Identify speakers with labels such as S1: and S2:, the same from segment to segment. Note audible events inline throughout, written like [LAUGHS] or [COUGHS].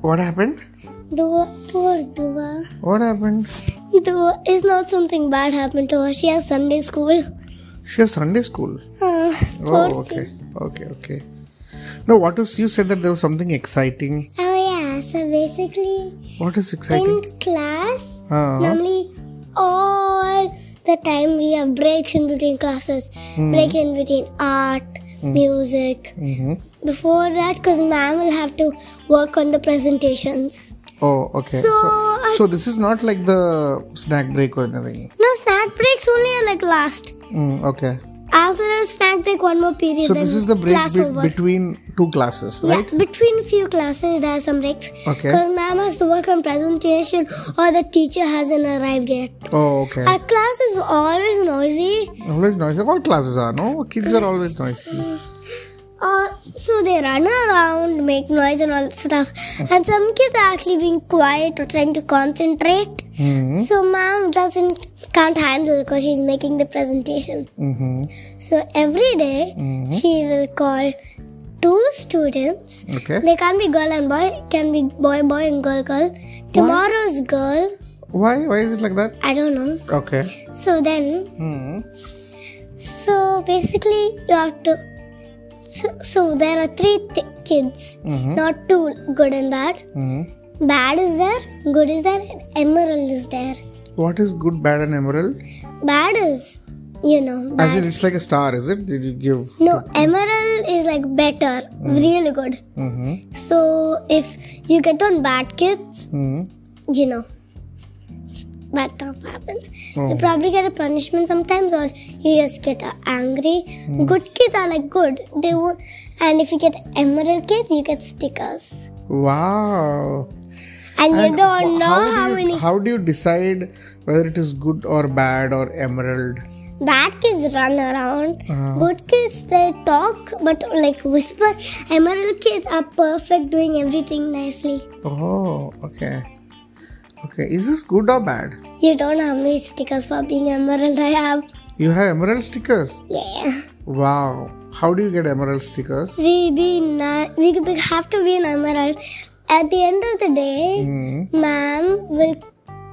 S1: What happened?
S2: Dua, poor Dua.
S1: What happened?
S2: Dua is not something bad happened to her. She has Sunday school.
S1: She has Sunday school.
S2: Ah, poor
S1: Oh, okay.
S2: thing.
S1: Okay, okay. No, what was you said that there was something exciting.
S2: Oh yeah. So basically,
S1: What is
S2: in
S1: exciting?
S2: class,
S1: Uh,
S2: normally all the time we have breaks in between classes, break in between art, music.
S1: hmm
S2: Before that, because ma'am will have to work on the presentations.
S1: Oh, okay.
S2: So,
S1: so,
S2: I-
S1: so this is not like the snack break or anything.
S2: No, snack breaks only are like last.
S1: Mm, okay.
S2: After the snack break, one more period.
S1: So
S2: then
S1: this is the break
S2: class
S1: be-
S2: over.
S1: between two classes,
S2: Yeah,
S1: right?
S2: between few classes there are some breaks.
S1: Okay.
S2: Because ma'am has to work on presentation or the teacher hasn't arrived yet.
S1: Oh, okay.
S2: Our class is always noisy.
S1: Always noisy. All classes are, no? Kids are always noisy.
S2: Uh, so they run around, make noise and all that stuff. And some kids are actually being quiet or trying to concentrate.
S1: Mm-hmm.
S2: So ma'am doesn't can't handle because she's making the presentation.
S1: Mm-hmm.
S2: So every day, she will call two students.
S1: Okay.
S2: They can't be girl and boy, can be boy boy and girl girl. Tomorrow's girl,
S1: Why? Why is it like that?
S2: I don't know.
S1: Okay.
S2: So then,
S1: hmm
S2: so basically you have to. So, so there are three th- kids, not two good and bad.
S1: hmm
S2: Bad is there, good is there, and emerald is there.
S1: What is good, bad, and emerald?
S2: Bad is, you know,
S1: As
S2: bad.
S1: in, it's like a star, is it? Did you give?
S2: No, emerald is like better, really good.
S1: Mm-hmm.
S2: So if you get on bad kids,
S1: hmm
S2: you know, bad stuff happens.
S1: Oh.
S2: You probably get a punishment sometimes, or you just get uh, angry.
S1: Hmm.
S2: Good kids are like good. They won't. And if you get emerald kids, you get stickers.
S1: Wow.
S2: And, you
S1: And
S2: don't
S1: wh-
S2: know
S1: how, do
S2: how,
S1: you-
S2: many
S1: How do you decide whether it is good or bad or emerald?
S2: bad kids run around.
S1: Uh-huh.
S2: Good kids they talk, but like whisper. Emerald kids are perfect, doing everything nicely.
S1: Oh, okay. Okay. Is this good or bad?
S2: You don't know how many stickers for being emerald I have.
S1: You have emerald stickers.
S2: Yeah.
S1: Wow. How do you get emerald stickers?
S2: we be na- we could be- have to be an emerald at the end of the day
S1: hmm
S2: ma'am will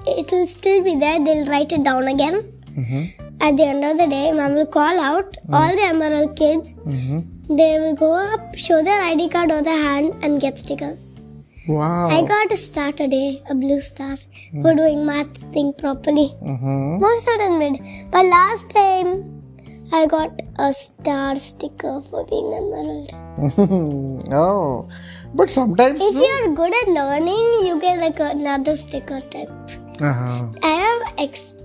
S2: it will still be there they'll write it down again
S1: Mm-hmm.
S2: at the end of the day ma'am will call out all the emerald kids
S1: Mm-hmm.
S2: they will go up show their id card or their hand and get stickers
S1: Wow.
S2: i got a star today a blue star for
S1: Mm.
S2: doing math thing properly
S1: Mm-hmm. [LAUGHS]
S2: most of them did but last time i got a star sticker for being emerald
S1: oh, but sometimes.
S2: If
S1: no-
S2: you're good at learning, you get like another sticker type.
S1: Uh-huh.
S2: I have ex-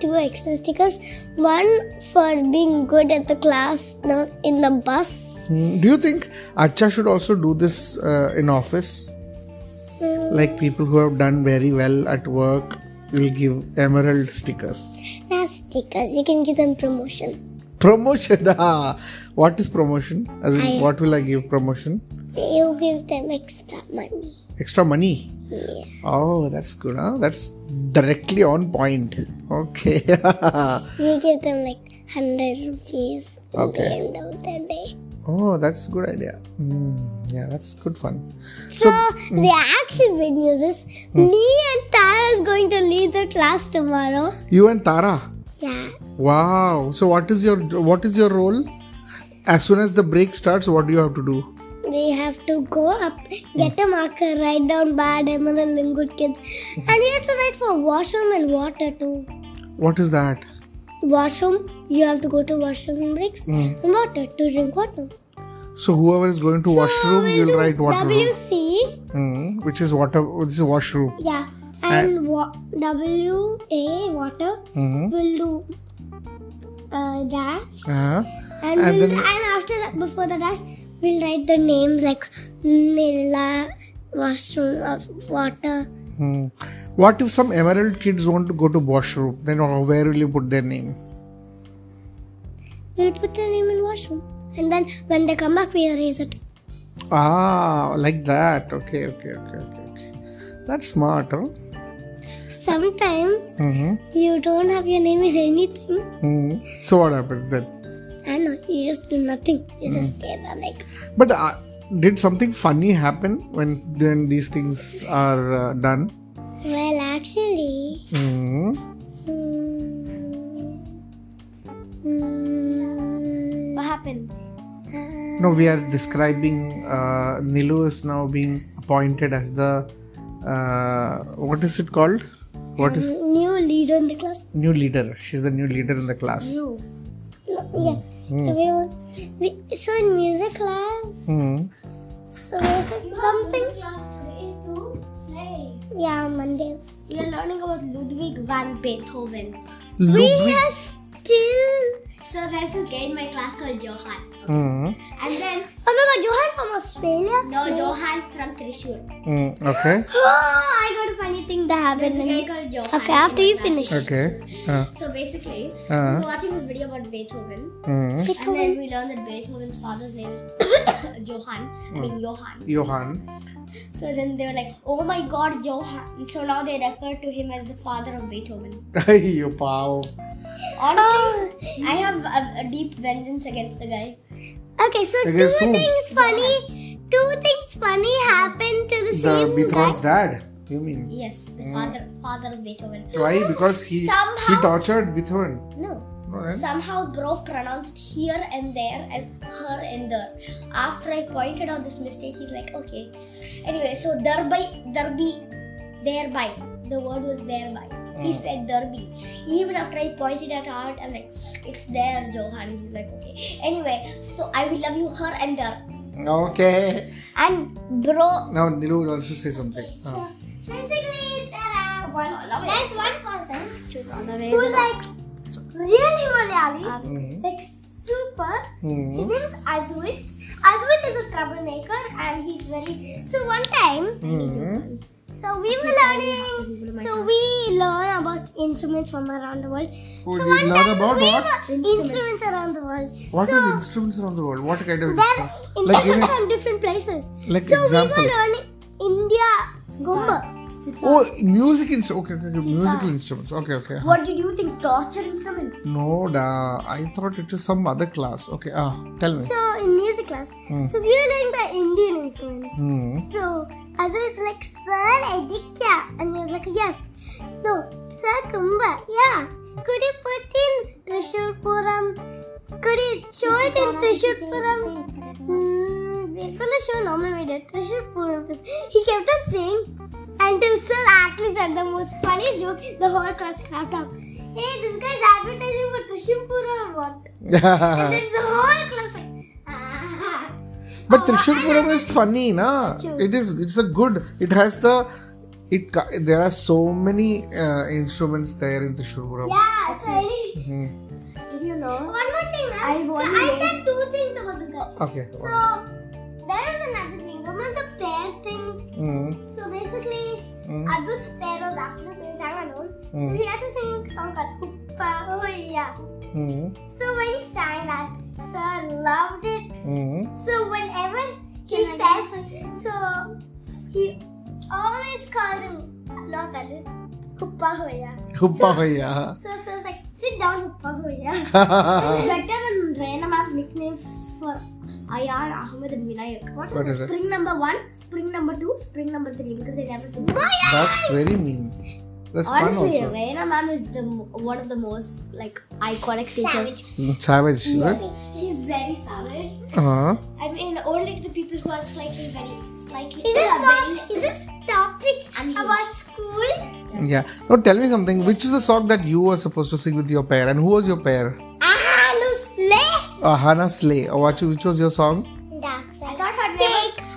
S2: two extra stickers. One for being good at the class, not in the bus.
S1: Mm, Do you think Acha should also do this uh, in office? Like people who have done very well at work will give emerald stickers. [LAUGHS]
S2: Not stickers. You can give them promotion.
S1: Promotion. [LAUGHS] ah. what is promotion? As in,
S2: I-
S1: what will I give promotion?
S2: You give them extra money.
S1: Extra money.
S2: Yeah.
S1: Oh, that's good. Huh? That's directly on point. Okay. [LAUGHS]
S2: You give them like hundred rupees at the
S1: Okay.
S2: end of the day.
S1: oh, that's a good idea. Mm, yeah, that's good fun.
S2: So,
S1: mm.
S2: the actual big news is
S1: Hmm.
S2: me and Tara is going to lead the class tomorrow.
S1: You and Tara.
S2: Yeah.
S1: Wow. So what is your what is your role? As soon as the break starts, what do you have to do?
S2: We have to go up, get a marker, write down bad emerald and good kids. And we have to write for washroom and water too.
S1: What is that?
S2: Washroom, you have to go to washroom and breaks.
S1: Hmm.
S2: And water to drink water.
S1: So whoever is going to washroom,
S2: we'll
S1: you'll
S2: do
S1: write water.
S2: WC,
S1: Hmm, which is water. This is washroom.
S2: yeah. And wa- WA, water.
S1: Mhm.
S2: We'll do uh, dash.
S1: Uh-huh.
S2: And,
S1: And
S2: we'll,
S1: then-
S2: and after that, before the dash, we'll write the names like Nilla, washroom, of water.
S1: Hmm. What if some emerald kids want to go to washroom? Then where will you put their name?
S2: We'll put their name in washroom. And then when they come back, we erase it.
S1: Ah, like that. Okay, okay, okay, okay, okay. That's smart, huh?
S2: Sometimes
S1: Mm-hmm.
S2: you don't have your name in anything.
S1: hmm So what happens then?
S3: Hmm.
S2: I know, you just do nothing. You just stay there like,
S1: But uh, did something funny happen when then these things are uh, done?
S2: Well, actually,
S1: Hmm.
S2: mm, mm,
S3: What happened?
S1: No, we are describing uh, Nilu is now being appointed as the uh, what is it called? What is
S2: Mm, new leader in the class.
S1: new leader? She's the new leader in the class.
S3: You.
S2: No, yeah. Everyone, we, so in music class,
S1: Hmm.
S2: so something.
S3: class today to say.
S2: Yeah, Mondays.
S3: We are learning about Ludwig van Beethoven.
S2: We
S1: Ludwig.
S2: are still.
S3: So there's this guy in my class called Johan.
S1: Hmm.
S3: And then
S2: Oh my God, Johan from Australia.
S3: no Johan from Trishul.
S1: Hmm. Okay.
S2: Oh, I got a funny thing that
S3: There's
S2: happened.
S3: a
S2: in-
S3: guy called Johan.
S2: Okay, after
S3: in
S2: you
S3: my class.
S2: finish.
S1: Okay. Uh,
S3: So basically,
S1: Uh-huh.
S3: we were watching this video about Beethoven,
S1: hmm.
S3: and then
S2: Beethoven.
S3: we learned that Beethoven's father's name is [COUGHS] Johann. I
S1: Mm.
S3: mean Johann.
S1: Johan. [LAUGHS]
S3: So then they were like, "Oh my God, Johann!" So now they refer to him as the father of Beethoven.
S1: you pal.
S3: Honestly, I have a, a deep vengeance against the guy.
S2: Okay, so
S1: Okay,
S2: two
S1: so-
S2: things funny. Two things funny happened to the,
S1: The
S2: same
S1: Beethoven's
S2: guy.
S1: dad. You mean?
S3: Yes, the father father of Beethoven.
S1: Why? Because he he
S3: Somehow-
S1: tortured Beethoven.
S3: No.
S1: No, right?
S3: Somehow, bro pronounced here and there as her and there. After I pointed out this mistake, he's like, okay. Anyway, so thereby, thereby, thereby. The word was thereby. He said derby. Even after I pointed it out, I'm like, it's there, Johan. He's like, okay. Anyway, so I will love you her and there.
S1: Okay.
S3: And bro,
S1: Now Nilu will also say something. Uh,
S2: Basically, there are one.
S3: Love it.
S2: There's one person
S3: Choose honor
S2: who
S3: it.
S2: like really Malayali,
S1: Mhm.
S2: like super.
S1: hmm.
S2: His name is Adwit. Adwit is a troublemaker and he's very. So one time,
S1: Hmm.
S2: so we were learning. So we learn about instruments from around the world.
S1: Oh,
S2: so
S1: you
S2: one
S1: learn
S2: time
S1: about
S2: we
S1: what?
S2: learn Instruments around the world.
S1: What
S2: so
S1: is instruments around the world? What kind of
S2: There are
S1: instruments? Like give
S2: instruments from [LAUGHS]
S1: me-
S2: different places.
S1: like
S2: [LAUGHS] so
S1: example.
S2: we were uh, learning India Gomba.
S1: oh, music instruments. Okay, okay, okay. musical instruments. Okay, okay.
S3: What did you think? Torture instruments?
S1: No, da. I thought it is some other class. Okay, ah, tell me.
S2: So in music class, so we were learning by Indian instruments.
S1: Hmm.
S2: So other was like, Sir, I did yeah. And he was like, Yes. No, Sir Kumba, yeah. Could you put in Trishulpuram? Could you show it in Trishulpuram? Mm, we're gonna show normal video, Trishulpuram. He kept on saying until Sir actually said the most funniest joke, the whole class cracked up. Hey, this guy's advertising for Trishulpuram or what? And then the whole class like, ah.
S1: [LAUGHS] but Trishulpuram is funny, na? It is. It's a good. It has the. It ca- there are so many uh, instruments there in Trishulpuram. Hmm.
S2: Yeah, so any.
S3: Did you know?
S2: One more thing, ma'am.
S3: I
S2: So,
S3: want
S2: I
S3: to-
S2: said two things about this guy.
S1: Okay.
S2: So there is another thing. Remember the pair thing?
S1: Hmm.
S2: So basically, Adut's pair was absent, so he sang alone. So he had to sing a song called Uppa Hoya.
S1: Hmm.
S2: So when he sang that, Sir loved it.
S1: Hmm.
S2: So whenever he says, so he always calls him not Adut, Uppa Hoya.
S1: Huppa hoya.
S2: So Sir's like, sit down, Uppa Hoya. [LAUGHS]
S1: Ah. [LAUGHS]
S3: It's better than Raina Map's nicknames for Ayar, Ahmed, and Vinayak. What,
S1: What
S3: the
S1: is it?
S3: Spring number one, spring number two, spring number three because they never sing.
S1: That's very mean. That's fun
S3: Honestly,
S1: also.
S3: Raina Mam is the mo- one of the most like iconic teachers.
S1: Hmm, Savage, is it?
S3: She's very savage.
S1: Uh-huh.
S3: I mean, only the people who are slightly very slightly.
S2: Is this,
S3: Yeah,
S2: not,
S3: very-
S2: is this topic
S3: Unhinged.
S2: about school?
S1: Yeah. Now tell me something. Which is the song that you were supposed to sing with your pair, and who was your pair?
S2: Aha, no slay! [LAUGHS]
S1: Uh, Hannah Slay. Or what? Which was your song?
S2: Dark side.
S3: I thought her name was.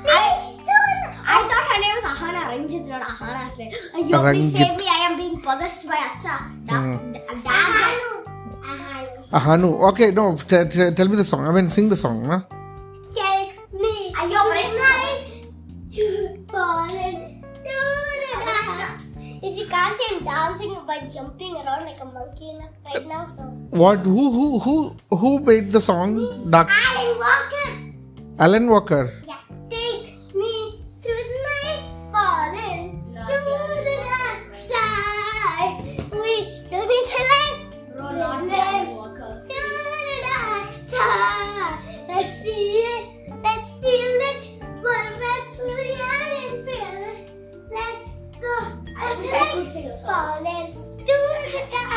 S2: Take me soon!
S3: I thought her name was Ahana Ranjit, not Ahana Slay. You please save me, I am being possessed by Acha. Da, da, da,
S2: Aha, no.
S1: Ahanu. Okay. No. T- t- tell me the song. I mean, sing the song. Huh?
S2: Take me
S3: Are you operating?
S2: tonight to fall into the dark. If you can't see, I'm dancing by jumping around like a monkey in a- right now, so.
S1: What? Who? Who? Who? Who made the song? Dark.
S2: Alan Walker!
S1: Alan Walker.
S2: Yeah. Take me to the night, falling to the dark side. We don't need the light.
S3: Ron Alan Walker.
S2: To the dark side. Let's see it. Let's feel it.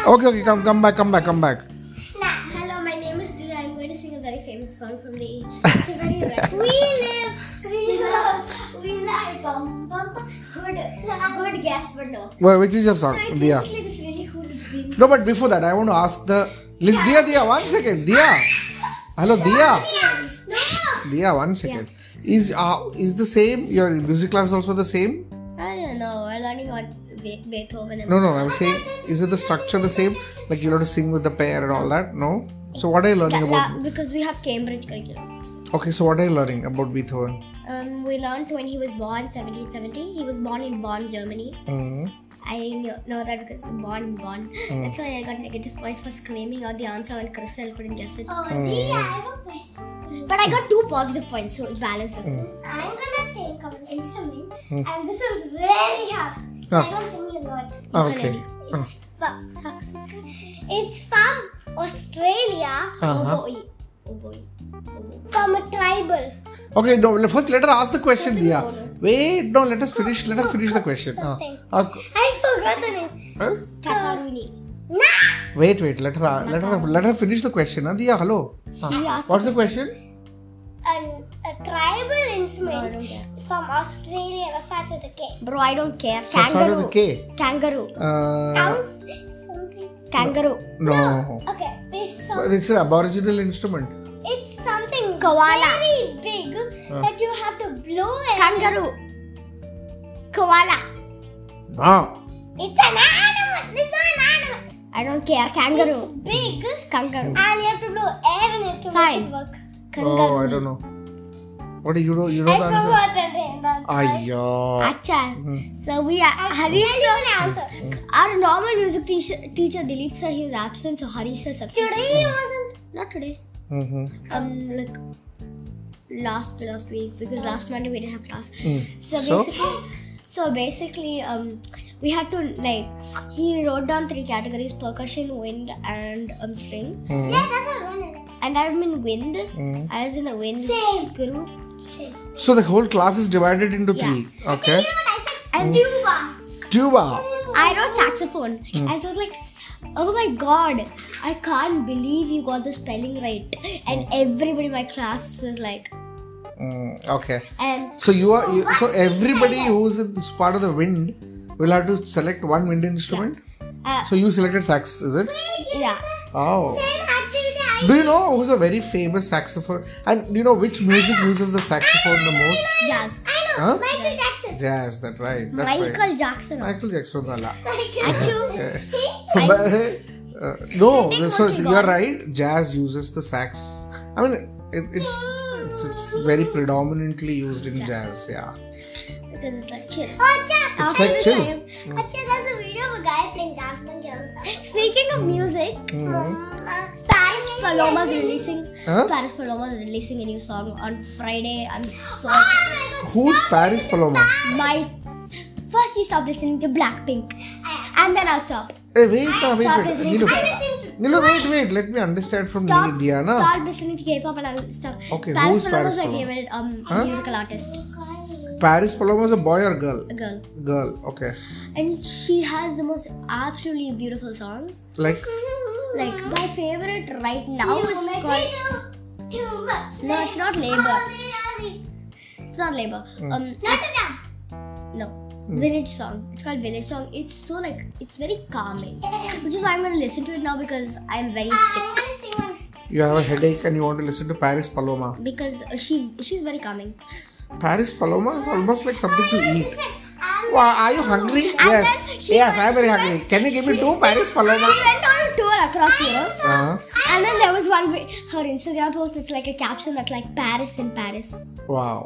S1: Okay, okay, come, come back, come back, come back.
S3: Hello, my name is Dia. I'm going to sing a very famous song from the. [LAUGHS] It's a very rap- We live, we love, we lie, bum bum. bum. Good, good guess, but no.
S1: Well, which is your song,
S3: So it's
S1: Diya?
S3: basically this really cool dream.
S1: No, but before that, I want to ask the. List, Diya, Diya, one second, Diya. Hello, Diya.
S3: No.
S1: Diya, one second. Is uh, is the same? Your music class also the same?
S3: I don't know. We're learning on Be- Beethoven. And
S1: No, no. I'm saying, is it the structure the same? Like you have to sing with the pair and all that? No. So what are you learning
S3: La-
S1: about?
S3: because we have Cambridge curriculum. So,
S1: Okay, so what are you learning about Beethoven?
S3: Um, we learned when he was born, 1770. He was born in Bonn, Germany.
S1: Mm.
S3: I know, know that because born in Bonn.
S1: Hmm.
S3: That's why I got negative point for screaming out the answer when Crystal couldn't guess it.
S2: Oh,
S1: Hmm.
S2: Diya, I have a question.
S3: But I got two positive points, so it balances.
S1: Hmm.
S2: I'm gonna think of an instrument, and this is really hard. So I
S1: Ah.
S2: don't think you know it.
S1: Ah, okay. Ah.
S2: It's from,
S3: Toxic.
S2: it's from Australia,
S1: Uh-huh.
S3: Oh boy. Oh boy. Oh boy.
S2: from a tribal.
S1: Okay, no. le- First, let her ask the question,
S3: Something
S1: Diya.
S3: about
S1: Wait, no. Let us finish. Let her finish the question. Ah.
S2: Something.
S1: Ah,
S2: I forgot the name.
S1: huh?
S3: Kataruni.
S2: Nah!
S1: Wait, wait. Let her. Let her. Let her finish the question. Ah, Diya, hello. Ah.
S3: She asked
S1: What's the question?
S2: An, a tribal
S3: Bro, I don't
S2: instrument
S3: care.
S2: from Australia that starts with a K.
S3: Bro, I don't care.
S1: So, start with
S3: Kangaroo.
S1: the K.
S3: Kangaroo.
S1: Uh,
S2: Count something.
S3: Kangaroo.
S1: no.
S2: Okay, this
S1: But
S2: song.
S1: It's an aboriginal instrument.
S2: It's something
S3: Koala.
S2: very big that you have to blow it.
S3: Kangaroo. Koala.
S1: No.
S2: It's an animal. It's an animal.
S3: I don't care. Kangaroo.
S2: It's big
S3: Kangaroo.
S2: and you have to blow air in it to
S3: Fine.
S2: make it work.
S1: Oh, I
S3: Kangaroo.
S1: don't know. What do you know? You
S2: I
S1: know the answer?
S2: forgot the name. That's why.
S1: Ayo.
S3: Acha. So we are. Harish
S2: Harish
S3: sir.
S2: answer.
S3: Our normal music teacher, teacher Dilip sir, he was absent, so Harish sir substituted.
S2: Today he wasn't.
S3: Not today.
S1: Mm-hmm.
S3: Um, like last last week because last Monday we didn't have class. So
S1: So?
S3: basically, so basically, um, we had to like he wrote down three categories: percussion, wind, and um string.
S2: Yeah, that's a winner.
S3: And I'm in wind.
S1: Mm.
S3: I was in the wind
S2: Same.
S3: group.
S2: Same.
S1: So the whole class is divided into
S3: Yeah.
S1: three.
S2: You
S1: Okay.
S2: know what I said? Hmm. And tuba.
S1: Tuba.
S3: I wrote saxophone, and so I was like, "Oh my god, I can't believe you got the spelling right!" And everybody in my class was like,
S1: Mm, okay.
S3: "And
S1: So you are. You, so everybody who's in this part of the wind will have to select one wind instrument.
S3: uh,
S1: So you selected sax, is it?
S3: yeah,
S1: Oh.
S2: Same activity I
S1: Do you know who's a very famous saxophone? And do you know which music uses the saxophone the most?
S3: jazz."
S2: I know.
S1: Huh?
S2: Michael Jackson.
S1: Jazz. That right. That's right.
S3: Michael Jackson.
S1: Michael Jackson. Nala.
S2: Michael Jackson.
S1: But, uh, no,
S3: Indian
S1: so
S3: music
S1: you're
S3: gone.
S1: right. Jazz uses the sax. I mean, it, it's, it's it's very predominantly used in jazz. Yeah.
S3: because it's like chill.
S2: Oh, Jack.
S1: It's
S2: I
S1: like
S2: will
S1: chill.
S2: try him. Actually, there's a video of a guy playing dance monkey on the side.
S3: Speaking of music,
S2: Paris
S3: Paloma's releasing.
S1: Mm-hmm. Huh?
S3: Paris Paloma's releasing a new song on Friday. I'm so
S2: Oh my god.
S1: Who's Paris Paloma?
S3: my. First, you stop listening to Blackpink, and then I'll stop.
S1: Hey, Eh, wait, na, wait,
S3: Stop
S1: wait.
S3: listening
S1: Nilu,
S3: to
S1: Nilu, wait, wait. Let me understand from
S3: Stop,
S1: Diana.
S3: start listening to K-pop and I'll stop.
S1: Okay, who is
S3: Paris Paloma
S1: Paris
S3: is my
S1: Paloma?
S3: favorite um,
S1: Huh?
S3: musical artist,
S1: Paris Paloma is a boy or girl?
S3: a girl,
S1: Girl. Okay.
S3: and she has the most absolutely beautiful songs.
S1: Like
S3: Like my favorite right now
S2: You
S3: is
S2: make
S3: called.
S2: me do too much.
S3: No, it's not labor.
S2: Sorry.
S3: It's not labor.
S1: Hmm.
S3: Um,
S2: Not
S3: it's-
S2: enough.
S3: No. Village song. It's called Village Song. It's so like it's very calming. Which is why I'm gonna listen to it now because I'm very
S2: I'm
S3: sick.
S2: gonna sing one.
S1: you have a headache and you want to listen to Paris Paloma.
S3: Because she she's very calming.
S1: Paris Paloma is almost like something to eat.
S2: Listen, I'm
S1: Wow, are you hungry? Yes. Yes, I'm very hungry. Can you give me two Paris Paloma?
S3: She went on a tour across Europe.
S1: Uh-huh.
S3: And then there was one wi- her Instagram post. It's like a caption that's like Paris in Paris.
S1: Wow.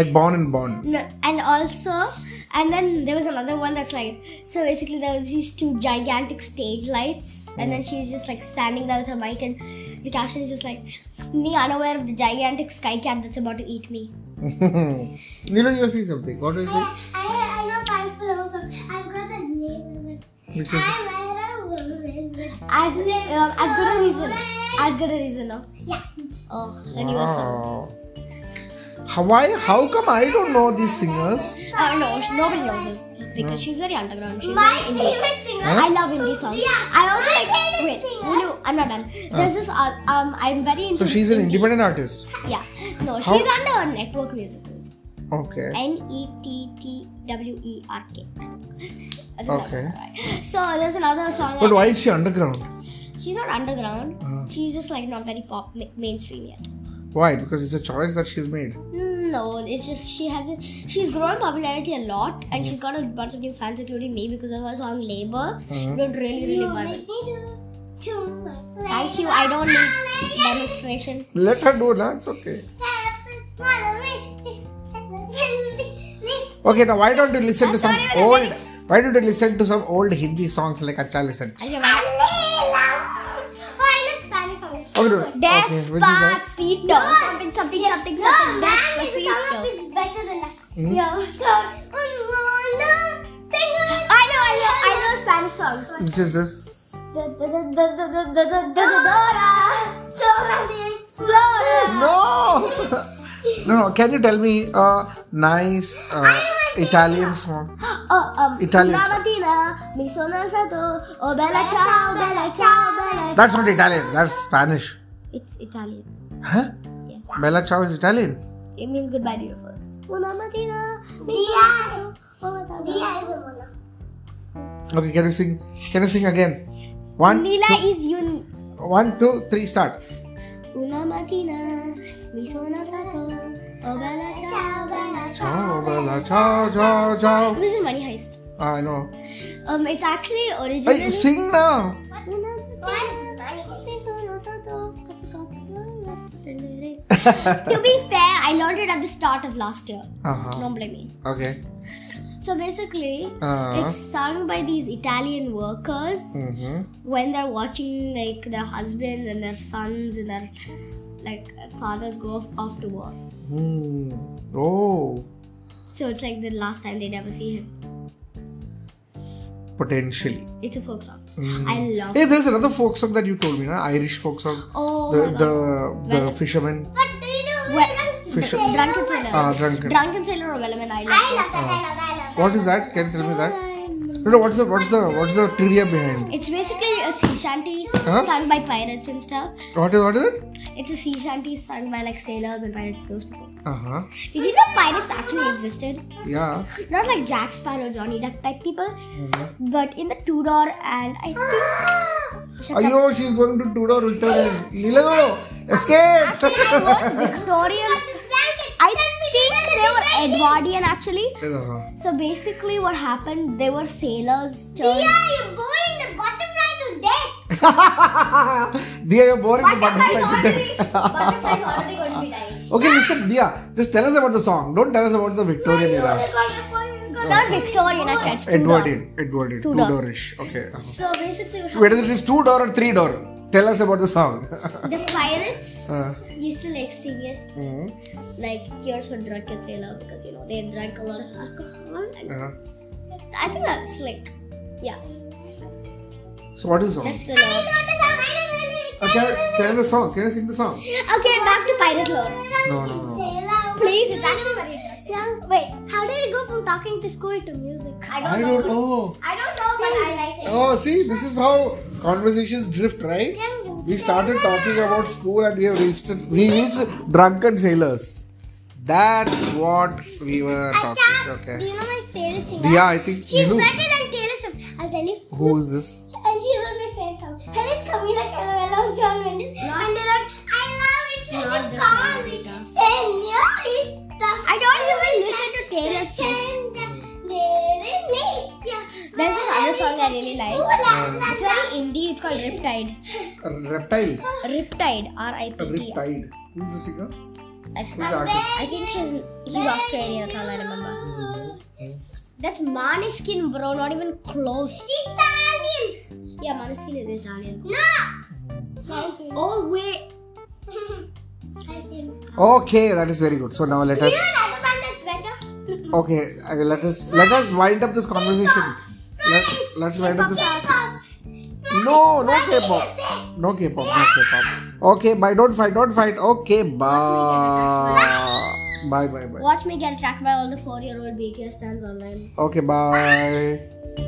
S1: Like born and born. [LAUGHS]
S3: No, and also, and then there was another one that's like so basically there was these two gigantic stage lights, and then she's just like standing there with her mic, and the caption is just like me unaware of the gigantic sky cat that's about to eat me.
S1: Nilo, you see something. What is it?
S2: I, I, I know Paris Paloma. song. I've got the name.
S1: Which is
S2: I'm a woman. with-
S3: As um, as good a reason, as good a reason, no?
S2: Yeah.
S3: Oh, a newer song.
S1: wow. Why? How come I don't know these singers?
S3: Uh, no, she- nobody knows this because she's very underground. She's
S2: My
S3: very indie.
S2: favorite singer.
S1: Huh?
S3: I love indie songs.
S2: Yeah,
S3: I also
S2: my
S3: like.
S2: favorite
S3: Wait,
S2: singer.
S3: Lulu, I'm not done. There's this. Uh, um, I'm very into.
S1: So she's an
S3: indie-
S1: independent artist.
S3: Yeah. No,
S1: How-
S3: she's under Network Music.
S1: Okay.
S3: N E T T W E R K. I think
S1: Okay.
S3: that's right. So there's another song.
S1: But
S3: I-
S1: why is she underground?
S3: She's not underground.
S1: Uh.
S3: She's just like not very pop ma- mainstream yet.
S1: Why? Because it's a choice that she's made.
S3: No, it's just she hasn't. She's grown popularity a lot, and she's got a bunch of new fans, including me, because of her song "Labor."
S1: Uh-huh.
S3: Don't really, really
S2: You
S3: buy
S2: make me
S3: it.
S2: do too much.
S3: Thank you. I don't need demonstration.
S1: Let her do that. It's okay. Okay, now why don't you listen to some
S3: That's not even
S1: old? Why don't you listen to some old Hindi songs like Acha Listen?
S3: I can buy
S1: Okay, no,
S3: it.
S1: okay, which is that?
S3: Despacito. Something, something, something,
S2: No,
S3: something.
S2: man, this song
S3: Despacito.
S2: is better than that.
S1: Hmm?
S2: Yo, so, un mono, tengo
S3: I know, I know, I know Spanish song.
S1: Which is this?
S2: Dora, Dora the Explorer.
S1: No. [LAUGHS] no, no. Can you tell me a nice uh, Italian song?
S3: Oh, um,
S1: Italian.
S3: Una mattina mi sono alzato. Oh, bella ciao, bella ciao, bella.
S1: That's not Italian. That's Spanish.
S3: It's Italian.
S1: Huh?
S3: Yes.
S1: Bella Ciao is Italian.
S3: It means goodbye, beautiful. Una mattina mi
S2: Dia,
S3: sono alzato.
S2: Dia is a mono.
S1: Okay, can you sing? Can you sing again? One,
S3: Nila
S1: two,
S3: is un.
S1: one, two, three. Start.
S3: Una mattina mi sono alzato. Oh, bella ciao, bella ciao.
S1: Ciao, Oh, Bella Ciao, Ciao, Ciao.
S3: This is Money Heist.
S1: Ah, I know.
S3: Um, it's actually originally.
S1: Hey, sing now. [LAUGHS]
S3: Una mattina mi sono alzato. to be fair, I learned it at the start of last year.
S1: Uh huh.
S3: Don't blame me.
S1: Okay.
S3: So basically,
S1: Uh-huh.
S3: it's sung by these Italian workers
S1: Mm-hmm.
S3: when they're watching like their husbands and their sons and their like fathers go off, off to war.
S1: Hmm. Oh,
S3: So it's like the last time they'd ever see him.
S1: potentially.
S3: It's a folk song. I love.
S1: Hey, there's another folk song that you told me, na? Irish folk song.
S3: Oh
S1: the
S3: my God.
S1: the the
S3: Well-
S1: fisherman,
S2: But do you know
S3: Well-
S2: what?
S1: Fish-
S3: Dr- Drunken Sailor.
S1: ah, drunken.
S3: Drunken Sailor or Velleman I
S2: I
S3: love.
S2: love that, I love that, I love that.
S1: What is that? Can you tell me that? No, no. What's the what's the what's the trivia behind? it?
S3: It's basically a sea shanty
S1: Huh?
S3: sung by pirates and stuff.
S1: What is what is it?
S3: It's a sea shanty sung by like sailors and pirates, those people.
S1: Uh huh.
S3: Did you know pirates actually existed?
S1: Yeah.
S3: Not like Jack Sparrow, Johnny Depp type people,
S1: Mm-hmm.
S3: but in the Tudor and I
S1: Ah!
S3: think Shut up.
S1: Ayo, she's going to Tudor return. Nilo, escape.
S3: Victorian. I think they were Edwardian actually.
S1: [LAUGHS] Uh-huh.
S3: So basically, what happened? They were sailors turned.
S2: Dia, you're boring the butterfly to death.
S1: Dia, you're boring the butterfly to
S3: already,
S1: death.
S3: butterflies already going to be dying.
S1: Okay, listen, Dia, just tell us about the song. Don't tell us about the Victorian era.
S3: It's not Victorian at church. Tudor.
S1: Edwardian, Edwardian,
S3: Tudor.
S1: Tudorish. Okay. uh-huh.
S3: So basically, what
S1: Whether it is two door or three door, tell us about the song. [LAUGHS]
S3: happened? The pirates
S1: uh,
S3: used to like sing it
S1: mm,
S3: like cures for drunken sailor because you know they drank a lot of alcohol and
S1: uh,
S3: I think that's like, yeah,
S1: so what is the song?
S3: that's the law.
S1: Uh, can, I- can I the song? Can I sing the song?
S3: Okay, back to pirate lore.
S1: No, no, no.
S3: Please, it's actually very interesting.
S2: Yeah, wait, how did it go from talking to school to music? I
S1: I don't know.
S2: I don't know, but I like it.
S1: Oh, see, this is how conversations drift, right? We started talking about school and we have reached we reached drunken sailors. That's what we were talking.
S2: Do
S1: Okay.
S2: you know my favorite singer?
S1: Dia, I think
S2: She's
S1: Nilu.
S2: better than Taylor Swift. I'll tell you.
S1: Who is this?
S2: And she wrote my favorite song. Her is Camila Caravella and John Mendes. And they wrote, I love it.
S3: Not
S2: you
S3: the
S2: call me
S3: Senorita.
S2: Senorita. I
S3: don't even listen to Taylor
S2: Swift.
S3: There's this other song I really like.
S2: Ooh, la, la,
S3: Ah, It's very indie. It's called Riptide.
S1: A reptile.
S3: Riptide. R I E.
S1: A
S3: P T.
S1: riptide. Who's the singer?
S3: I
S1: Who's
S3: forgot.
S1: the artist?
S3: I think he's he's Australian. That's all I remember.
S2: Mm-hmm.
S3: That's Maneskin, bro. Not even close.
S2: Italian.
S3: Yeah, Maneskin is Italian.
S2: No.
S3: Oh wait.
S1: Okay, that is very good. So now let us
S2: Another one that's better.
S1: Okay, I will let us let us wind up this conversation. Let, let's wind up this.
S2: K-pop.
S1: No, no
S2: What did you
S1: K-pop.
S2: say?
S1: No K-pop, no K-pop. Okay, bye. Don't fight. Don't fight. Okay, bye. Bye bye bye.
S3: Watch me get attacked by all the four year old BTS stands online.
S1: Okay, bye.